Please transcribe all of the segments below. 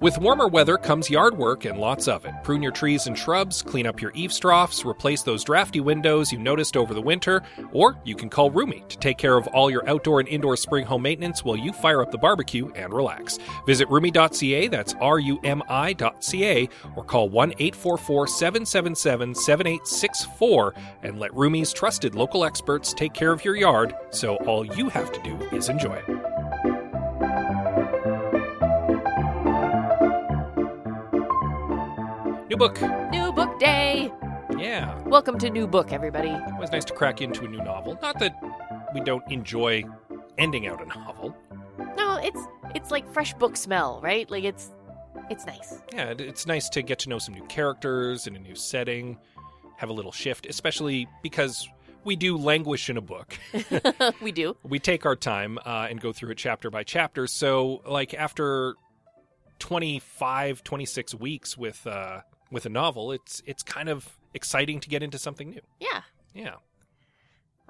With warmer weather comes yard work and lots of it. Prune your trees and shrubs, clean up your eavesdrops, replace those drafty windows you noticed over the winter, or you can call Roomy to take care of all your outdoor and indoor spring home maintenance while you fire up the barbecue and relax. Visit roomy.ca, that's R U M I.ca, or call 1 844 777 7864 and let Roomy's trusted local experts take care of your yard so all you have to do is enjoy it. New book. New book day! Yeah. Welcome to New Book, everybody. Always nice to crack into a new novel. Not that we don't enjoy ending out a novel. No, it's it's like fresh book smell, right? Like it's it's nice. Yeah, it- it's nice to get to know some new characters in a new setting, have a little shift, especially because we do languish in a book. we do. we take our time uh, and go through it chapter by chapter. So, like after 25, 26 weeks with uh, with a novel, it's it's kind of exciting to get into something new. Yeah. Yeah.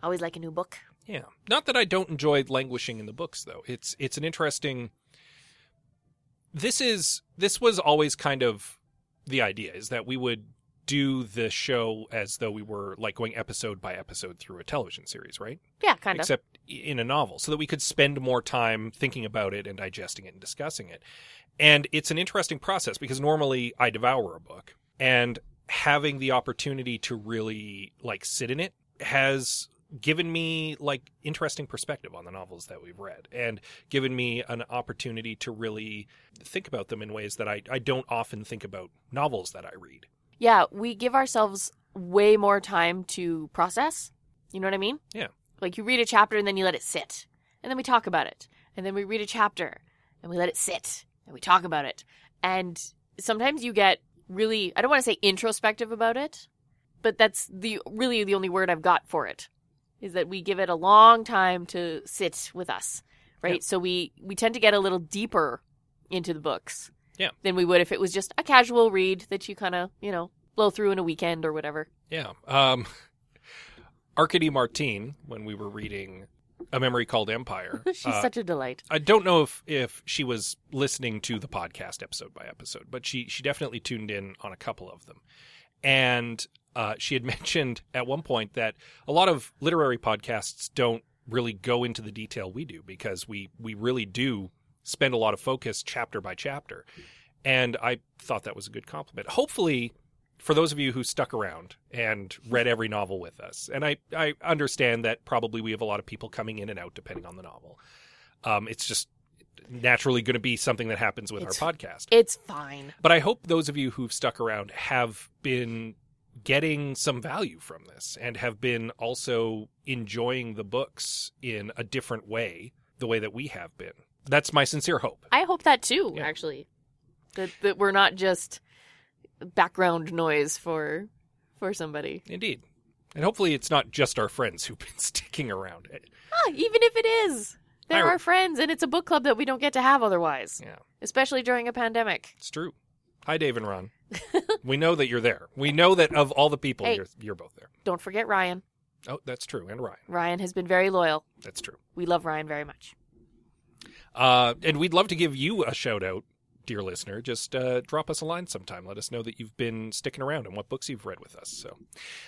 Always like a new book. Yeah. Not that I don't enjoy languishing in the books though. It's it's an interesting This is this was always kind of the idea is that we would do the show as though we were like going episode by episode through a television series, right? Yeah, kind of. Except i- in a novel, so that we could spend more time thinking about it and digesting it and discussing it. And it's an interesting process because normally I devour a book and having the opportunity to really like sit in it has given me like interesting perspective on the novels that we've read and given me an opportunity to really think about them in ways that I, I don't often think about novels that I read. Yeah, we give ourselves way more time to process. You know what I mean? Yeah. Like you read a chapter and then you let it sit. And then we talk about it. And then we read a chapter and we let it sit and we talk about it. And sometimes you get really I don't want to say introspective about it, but that's the really the only word I've got for it is that we give it a long time to sit with us, right? Yeah. So we we tend to get a little deeper into the books Yeah. than we would if it was just a casual read that you kind of, you know, blow through in a weekend or whatever. Yeah. Um Arkady Martine, when we were reading A Memory Called Empire. She's uh, such a delight. I don't know if if she was listening to the podcast episode by episode, but she she definitely tuned in on a couple of them, and uh, she had mentioned at one point that a lot of literary podcasts don't really go into the detail we do because we we really do spend a lot of focus chapter by chapter, and I thought that was a good compliment. Hopefully. For those of you who stuck around and read every novel with us, and I, I understand that probably we have a lot of people coming in and out depending on the novel, um, it's just naturally going to be something that happens with It's- our podcast. It's fine. But I hope those of you who've stuck around have been getting some value from this and have been also enjoying the books in a different way, the way that we have been. That's my sincere hope. I hope that too, Yeah. actually. That that we're not just background noise for for somebody. Indeed. And hopefully it's not just our friends who've been sticking around. Ah, even if it is. They're I- our friends and it's a book club that we don't get to have otherwise. Yeah. Especially during a pandemic. It's true. Hi, Dave and Ron. we know that you're there. We know that of all the people, Hey. you're, you're both there. Don't forget Ryan. Oh, that's true. And Ryan. Ryan has been very loyal. That's true. We love Ryan very much. Uh, and we'd love to give you a shout out, dear listener. Just uh, drop us a line sometime. Let us know that you've been sticking around and what books you've read with us. So,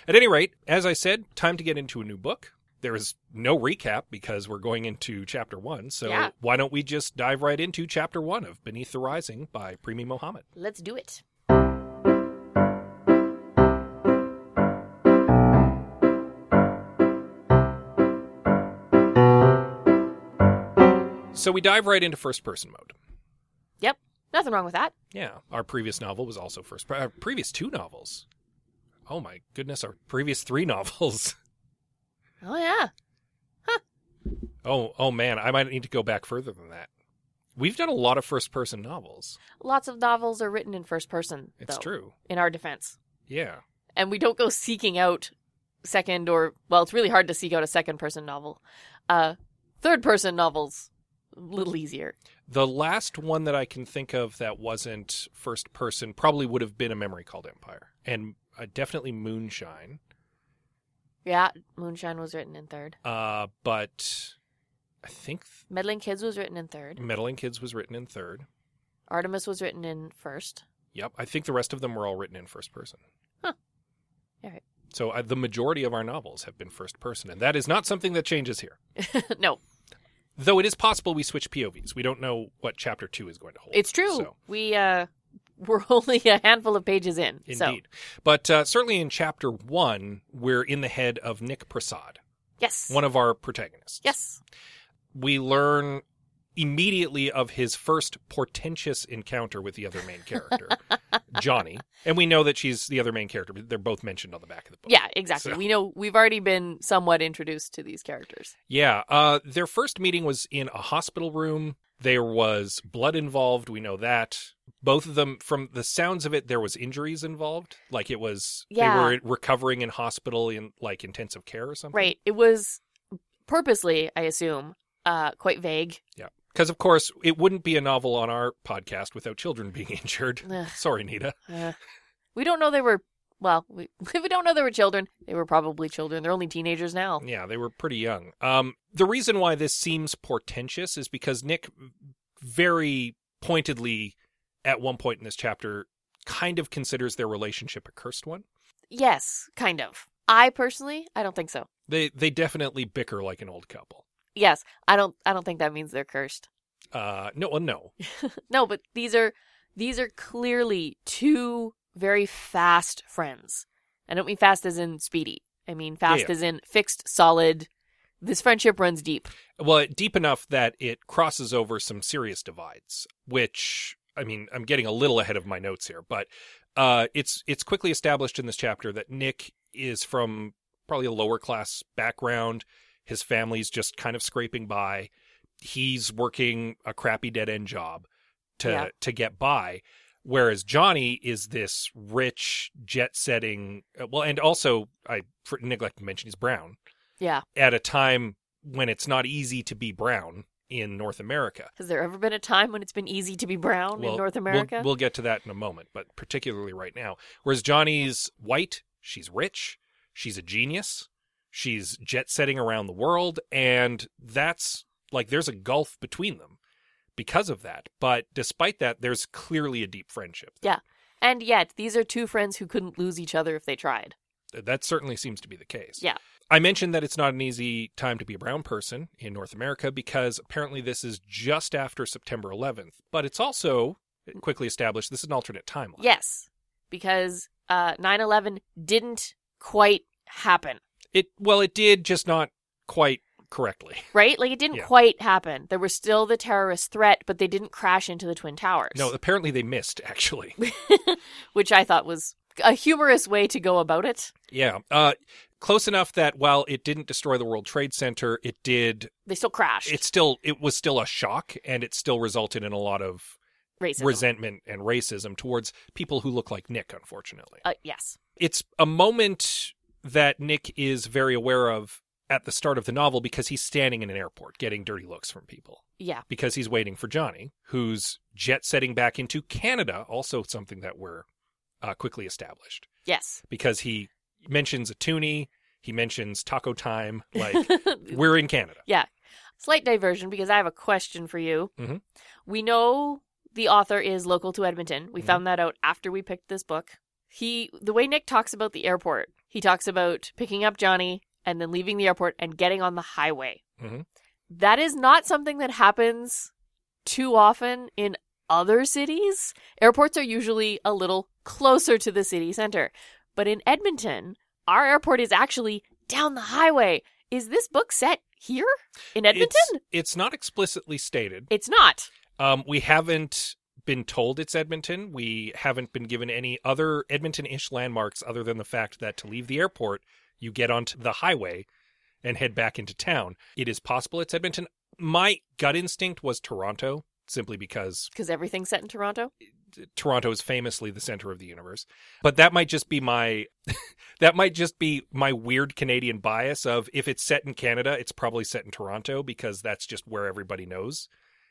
at any rate, as I said, time to get into a new book. There is no recap because we're going into chapter one. So, Yeah. why don't we just dive right into chapter one of Beneath the Rising by Premi Mohammed? Let's do it. So, we dive right into first person mode. Yep. Nothing wrong with that. Yeah. Our previous novel was also first, our previous two novels. Oh my goodness, our previous three novels. Oh yeah. Oh, oh man, I might need to go back further than that. We've done a lot of first person novels. Lots of novels are written in first person. It's though, true. In our defense, Yeah. and we don't go seeking out second or well, it's really hard to seek out a second person novel. Uh, third person novels a little easier. The last one that I can think of that wasn't first person probably would have been a memory called Empire and uh, definitely Moonshine. Yeah, Moonshine was written in third. Uh, but I think Meddling Kids was written in third. Meddling Kids was written in third. Artemis was written in first. Yep. I think the rest of them were all written in first person. Huh. All right. So uh, the majority of our novels have been first person, and that is not something that changes here. no, Though it is possible we switch POVs. We don't know what chapter two is going to hold. it's true. So. We uh, we're only a handful of pages in. So Indeed. But uh, certainly in chapter one, we're in the head of Nick Prasad, yes, one of our protagonists. yes, We learn immediately of his first portentous encounter with the other main character, Johnny. And we know that she's the other main character, but they're both mentioned on the back of the book. yeah, exactly. So- We know we've already been somewhat introduced to these characters. Yeah. Uh, their first meeting was in a hospital room. There was blood involved. We know that. Both of them, from the sounds of it, there was injuries involved. Like it was, Yeah. they were recovering in hospital in like intensive care or something. Right. It was purposely, I assume, uh, quite vague. Because, of course, it wouldn't be a novel on our podcast without children being injured. Ugh, Sorry, Nita. uh, we don't know they were. Well, we, we don't know they were children. They were probably children. They're only teenagers now. Yeah, they were pretty young. Um, the reason why this seems portentous is because Nick very pointedly, at one point in this chapter, kind of considers their relationship a cursed one. Yes, kind of. I personally, I don't think so. They they definitely bicker like an old couple. Yes, I don't. I don't think that means they're cursed. Uh, no, well, no. No, but these are these are clearly two very fast friends. I don't mean fast as in speedy. I mean fast Yeah. as in fixed, solid. This friendship runs deep. Well, it- deep enough that it crosses over some serious divides, which I mean, I'm getting a little ahead of my notes here, but uh, it's it's quickly established in this chapter that Nick is from probably a lower class background. His family's just kind of scraping by. He's working a crappy dead end job to Yeah. to get by, whereas Johnny is this rich jet setting. Well, and also I for, neglect to mention he's brown Yeah. at a time when it's not easy to be brown in North America. Has there ever been a time when it's been easy to be brown in Well, North we'll- America? We'll, get to that in a moment, but particularly right now. Whereas Johnny's white, she's rich, she's a genius, she's jet setting around the world, and that's like there's a gulf between them because of that. But despite that, there's clearly a deep friendship. and yet, these are two friends who couldn't lose each other if they tried. That certainly seems to be the case. Yeah. I mentioned that it's not an easy time to be a brown person in North America because apparently this is just after September 11th, but it's also quickly established this is an alternate timeline. Yes, because uh, 9/11 didn't quite happen, It well it did just not quite correctly. right? Like it didn't Yeah. quite happen. There was still the terrorist threat, but they didn't crash into the twin towers. No, apparently they missed actually. which I thought was a humorous way to go about it. yeah. Uh close enough that while it didn't destroy the World Trade Center, it did They still crashed. it still it was still a shock and it still resulted in a lot of racism. resentment and racism towards people who look like Nick unfortunately. uh, yes, it's a moment that Nick is very aware of at the start of the novel because he's standing in an airport getting dirty looks from people yeah, because he's waiting for Johnny, who's jet setting back into Canada, also something that we're uh, quickly established yes. because he mentions a toonie, he mentions taco time, like we're in Canada. Slight diversion because I have a question for you. Mhm. We know the author is local to Edmonton. We found that out after we picked this book. He, the way Nick talks about the airport, he talks about picking up Johnny and then leaving the airport and getting on the highway. Mhm. That is not something that happens too often in other cities. Airports are usually a little closer to the city center. But in Edmonton, our airport is actually down the highway. Is this book set here in Edmonton? It's, it's not explicitly stated. It's not. Um, we haven't been told it's Edmonton. We haven't been given any other Edmonton ish landmarks other than the fact that to leave the airport, you get onto the highway and head back into town. It is possible it's Edmonton. My gut instinct was Toronto simply because because everything's set in Toronto. Toronto is famously the center of the universe. But that might just be my that might just be my weird Canadian bias of if it's set in Canada, it's probably set in Toronto because that's just where everybody knows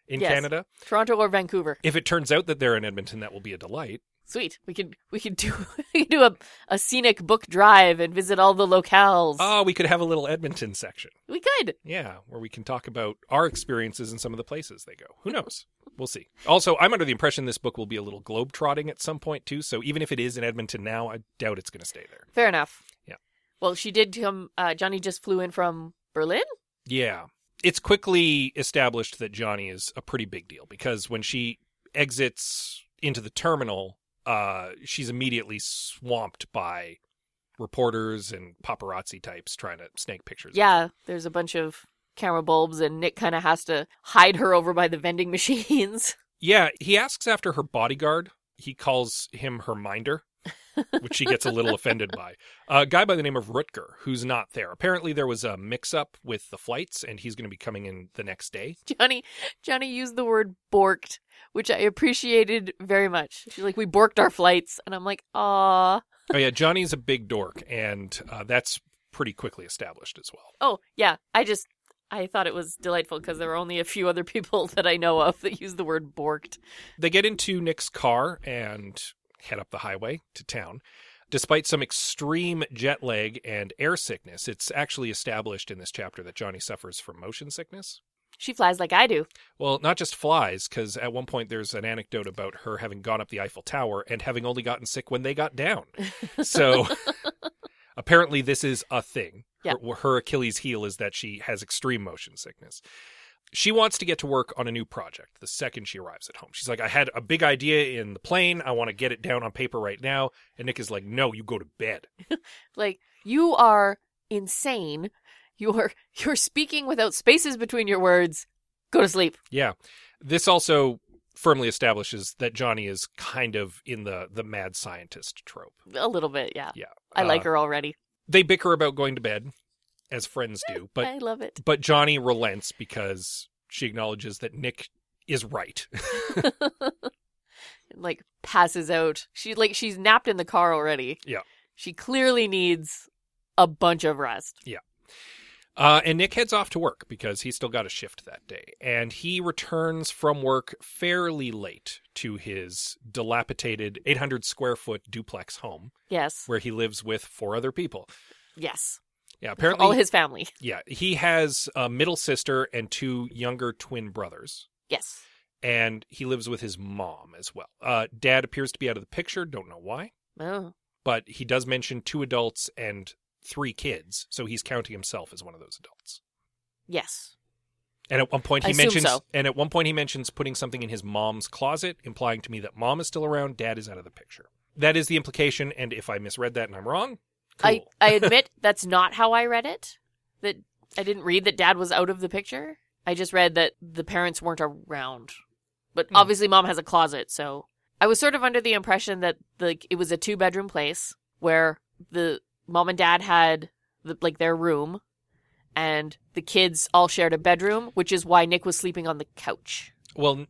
in Yes. Canada. Toronto or Vancouver. If it turns out that they're in Edmonton, that will be a delight. Sweet. We could we could do we could do a, a scenic book drive and visit all the locales. Ah, we could have a little Edmonton section. we could. Yeah, where we can talk about our experiences in some of the places they go. Who knows? We'll see. Also, I'm under the impression this book will be a little globetrotting at some point too, so even if it is in Edmonton now, I doubt it's going to stay there. Fair enough. Yeah. Well, she did come. Uh, Johnny just flew in from Berlin. Yeah. It's quickly established that Johnny is a pretty big deal because when she exits into the terminal, uh, she's immediately swamped by reporters and paparazzi types trying to snake pictures. of Yeah. There's a bunch of camera bulbs, and Nick kind of has to hide her over by the vending machines. Yeah, he asks after her bodyguard. He calls him her minder, which she gets a little offended by. A guy by the name of Rutger, who's not there. Apparently, there was a mix up with the flights, and he's going to be coming in the next day. Johnny, Johnny used the word borked, which I appreciated very much. She's like, we borked our flights, and I'm like, ah. Oh, yeah, Johnny's a big dork, and uh, that's pretty quickly established as well. Oh yeah. I just I thought it was delightful because there are only a few other people that I know of that use the word borked. They get into Nick's car and head up the highway to town. Despite some extreme jet lag and air sickness, it's actually established in this chapter that Johnny suffers from motion sickness. She flies like I do. Well, not just flies, because at one point there's an anecdote about her having gone up the Eiffel Tower and having only gotten sick when they got down. So apparently, this is a thing. Yeah. Her, her Achilles heel is that she has extreme motion sickness. She wants to get to work on a new project the second she arrives at home. She's like, I had a big idea in the plane. I want to get it down on paper right now. And Nick is like, No, you go to bed. Like you are insane. You're you're speaking without spaces between your words. Go to sleep. Yeah. This also firmly establishes that Johnny is kind of in the, the mad scientist trope. A little bit, yeah. Yeah. I like Uh, her already. they bicker about going to bed as friends do but I love it. but johnny relents because she acknowledges that nick is right Like passes out. She like she's napped in the car already. Yeah. She clearly needs a bunch of rest. uh, and nick heads off to work because he's still got a shift that day and he returns from work fairly late to his dilapidated 800 square foot duplex home Yes. where he lives with four other people Yes. yeah apparently All his family. yeah he has a middle sister and two younger twin brothers Yes. and he lives with his mom as well. Uh, dad appears to be out of the picture, don't know why, Oh. but he does mention two adults and three kids, so he's counting himself as one of those adults. Yes. And at one point I he assume mentions so. and at one point he mentions putting something in his mom's closet, implying to me that mom is still around, dad is out of the picture. That is the implication, and if I misread that and I'm wrong, cool. I, I admit that's not how I read it. That I didn't read that dad was out of the picture. I just read that the parents weren't around. But Hmm. obviously mom has a closet, so I was sort of under the impression that like it was a two bedroom place where the mom and dad had the, like their room and the kids all shared a bedroom, which is why Nick was sleeping on the couch. well, n-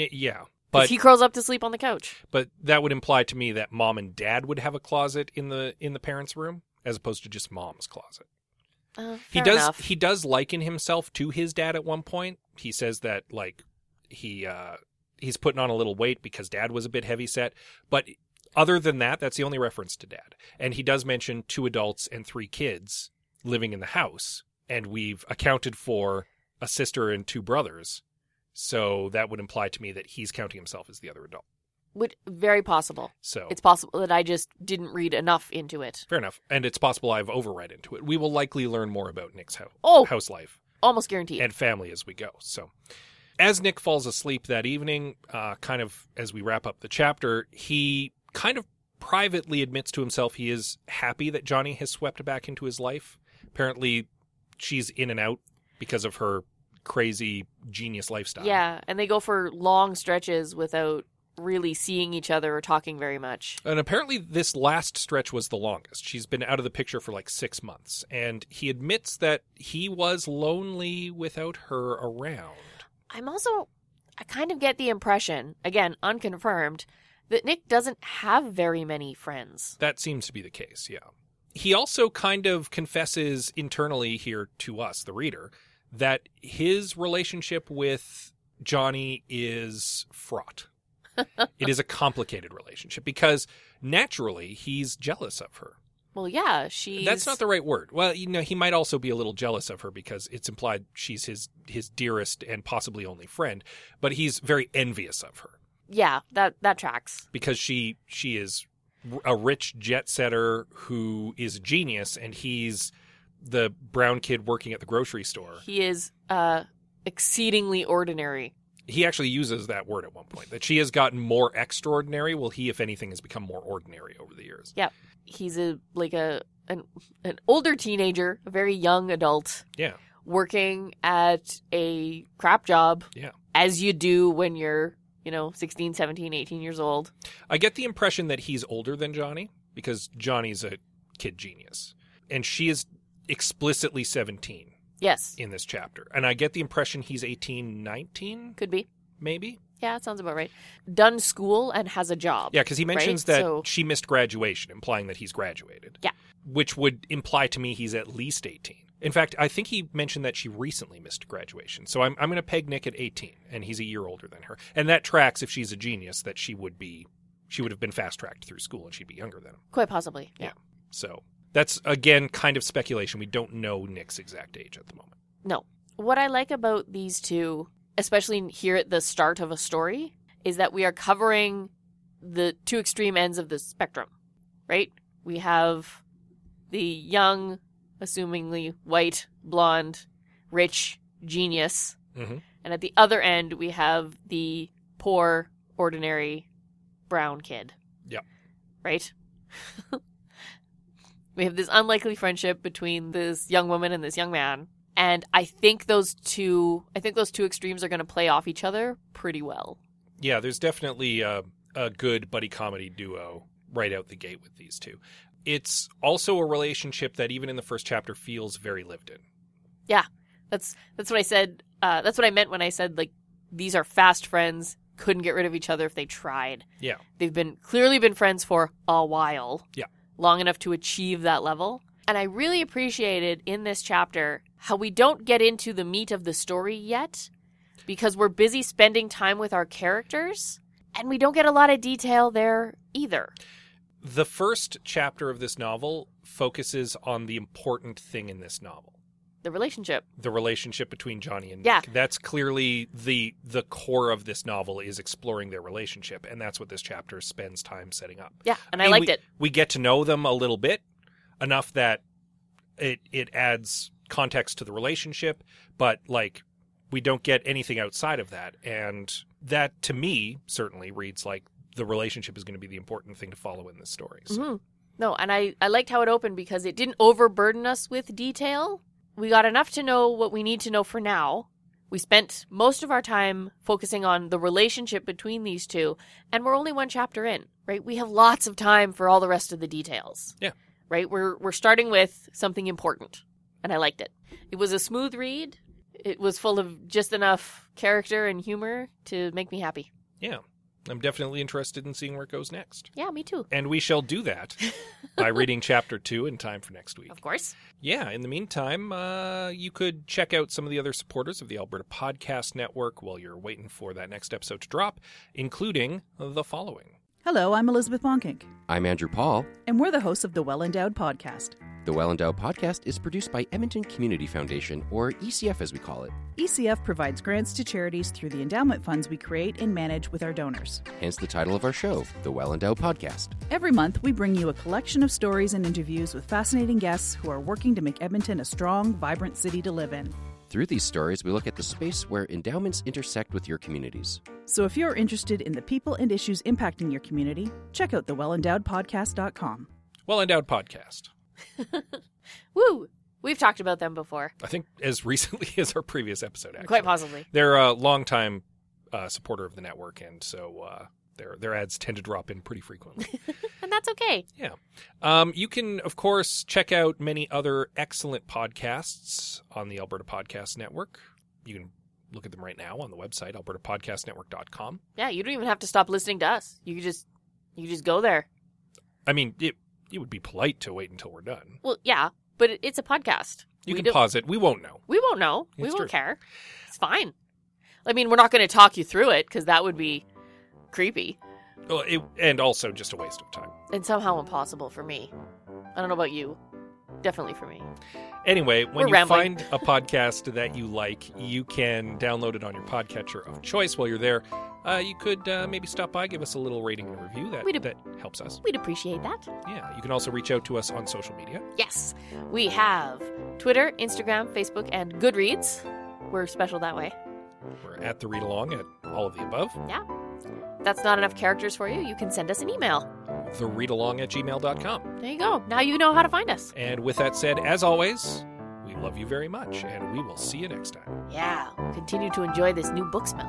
n- yeah, 'Cause but he curls up to sleep on the couch. but that would imply to me that mom and dad would have a closet in the in the parents' room as opposed to just mom's closet. Uh, he fair does enough. he does liken himself to his dad at one point he says that like he uh he's putting on a little weight because dad was a bit heavy set but other than that that's the only reference to dad and he does mention two adults and three kids living in the house and we've accounted for a sister and two brothers so that would imply to me that he's counting himself as the other adult Which, very possible. so It's possible that I just didn't read enough into it. fair enough and it's possible i've overread into it we will likely learn more about nick's ho- Oh. house life Almost guaranteed. and family as we go. So, as Nick falls asleep that evening, uh, kind of as we wrap up the chapter, he kind of privately admits to himself he is happy that Johnny has swept back into his life. Apparently, she's in and out because of her crazy genius lifestyle. Yeah, and they go for long stretches without really seeing each other or talking very much. And apparently, this last stretch was the longest. She's been out of the picture for like six months. And he admits that he was lonely without her around. I'm also I kind of get the impression, again, unconfirmed, that Nick doesn't have very many friends. That seems to be the case, yeah. He also kind of confesses internally here to us, the reader, that his relationship with Johnny is fraught. it is a complicated relationship because naturally he's jealous of her. Well, yeah, she's. That's not the right word. Well, you know, he might also be a little jealous of her because it's implied she's his his dearest and possibly only friend, but he's very envious of her Yeah, that, that tracks. because she she is r- a rich jet setter who is a genius and he's the brown kid working at the grocery store. He is uh, exceedingly ordinary. He actually uses that word at one point that she has gotten more extraordinary. Well, he if anything has become more ordinary over the years. He's a like a an, an older teenager, a very young adult. Yeah. working at a crap job. Yeah. As you do when you're, you know, 16, 17, 18 years old. I get the impression that he's older than Johnny because Johnny's a kid genius and she is explicitly 17 Yes. in this chapter. And I get the impression he's 18, 19 Could be. maybe. Yeah, it sounds about right. Done school and has a job. Yeah, because he mentions Right, that so- she missed graduation, implying that he's graduated. Yeah. Which would imply to me he's at least 18. In fact, I think he mentioned that she recently missed graduation. So I'm, I'm going to peg Nick at 18, and he's a year older than her. And that tracks, if she's a genius, that she would be, she would have been fast tracked through school and she'd be younger than him. Quite possibly. Yeah. So that's, again, kind of speculation. We don't know Nick's exact age at the moment. No. What I like about these two, especially here at the start of a story, is that we are covering the two extreme ends of the spectrum, right? We have the young, assumingly white, blonde, rich genius. Mhm. And at the other end, we have the poor, ordinary brown kid. Yep. Right? we have this unlikely friendship between this young woman and this young man and I think those two, I think those two extremes are going to play off each other pretty well. Yeah, there's definitely a, a good buddy comedy duo right out the gate with these two. It's also a relationship that even in the first chapter feels very lived in. That's that's what I said. Uh, that's what I meant when I said like these are fast friends. Couldn't get rid of each other if they tried. Yeah. They've been clearly been friends for a while. Yeah. Long enough to achieve that level. And I really appreciated in this chapter how we don't get into the meat of the story yet because we're busy spending time with our characters and we don't get a lot of detail there either. The first chapter of this novel focuses on the important thing in this novel. The relationship. The relationship between Johnny and Yeah. Nick. That's clearly the the core of this novel is exploring their relationship, and that's what this chapter spends time setting up. Yeah, and I, mean, liked we- it. We get to know them a little bit, enough that it it adds context to the relationship, but like we don't get anything outside of that, and that to me certainly reads like the relationship is going to be the important thing to follow in this story. So, Mhm. No, and I, I liked how it opened because it didn't overburden us with detail. We got enough to know what we need to know for now. We spent most of our time focusing on the relationship between these two, and we're only one chapter in, right? We have lots of time for all the rest of the details. Yeah. Right? We're we're starting with something important, and I liked it. It was a smooth read. It was full of just enough character and humor to make me happy. yeah, I'm definitely interested in seeing where it goes next, Yeah, me too. and we shall do that by reading chapter two in time for next week. Of course. Yeah, in the meantime, uh, you could check out some of the other supporters of the Alberta Podcast Network while you're waiting for that next episode to drop, including the following. Hello, I'm Elizabeth Bonkink, I'm Andrew Paul. and we're the hosts of the Well Endowed Podcast. The Well Endowed podcast is produced by Edmonton Community Foundation, or ECF as we call it, ECF E provides grants to charities through the endowment funds we create and manage with our donors. hence the title of our show, The Well Endowed Podcast. Every month, we bring you a collection of stories and interviews with fascinating guests who are working to make Edmonton a strong, vibrant city to live in. Through these stories, we look at the space where endowments intersect with your communities. So if you're interested in the people and issues impacting your community, check out thewellendowedpodcast.com. Well Endowed Podcast. Woo! We've talked about them before. I think as recently as our previous episode, actually. Quite possibly. They're a longtime uh, supporter of the network, and so uh, their, their ads tend to drop in pretty frequently. And that's okay. Yeah. Um, you can, of course, check out many other excellent podcasts on the Alberta Podcast Network. You can look at them right now on the website, albertapodcastnetwork.com. Yeah, you don't even have to stop listening to us. You could just you could just go there. I mean, it, it would be polite to wait until we're done. Well, yeah, but it, it's a podcast. You we can don't- pause it. We won't know. We won't know. we It's won't true. care. It's fine. I mean, we're not going to talk you through it because that would be creepy Well, it, and also just a waste of time. and somehow impossible for me. I don't know about you. Definitely for me. Anyway, when We're you rambling. find a podcast that you like, you can download it on your podcatcher of choice. While you're there, uh, you could uh, maybe stop by, give us a little rating and review. That We'd ap- that helps us. We'd appreciate that. Yeah, you can also reach out to us on social media. Yes, we have Twitter, Instagram, Facebook, and Goodreads. We're special that way. We're at the read along at all of the above. That's not enough characters for you. You can send us an email. The read along at gmail.com. There you go. Now you know how to find us. And with that said, as always, we love you very much, and we will see you next time. Yeah, continue to enjoy this new book smell.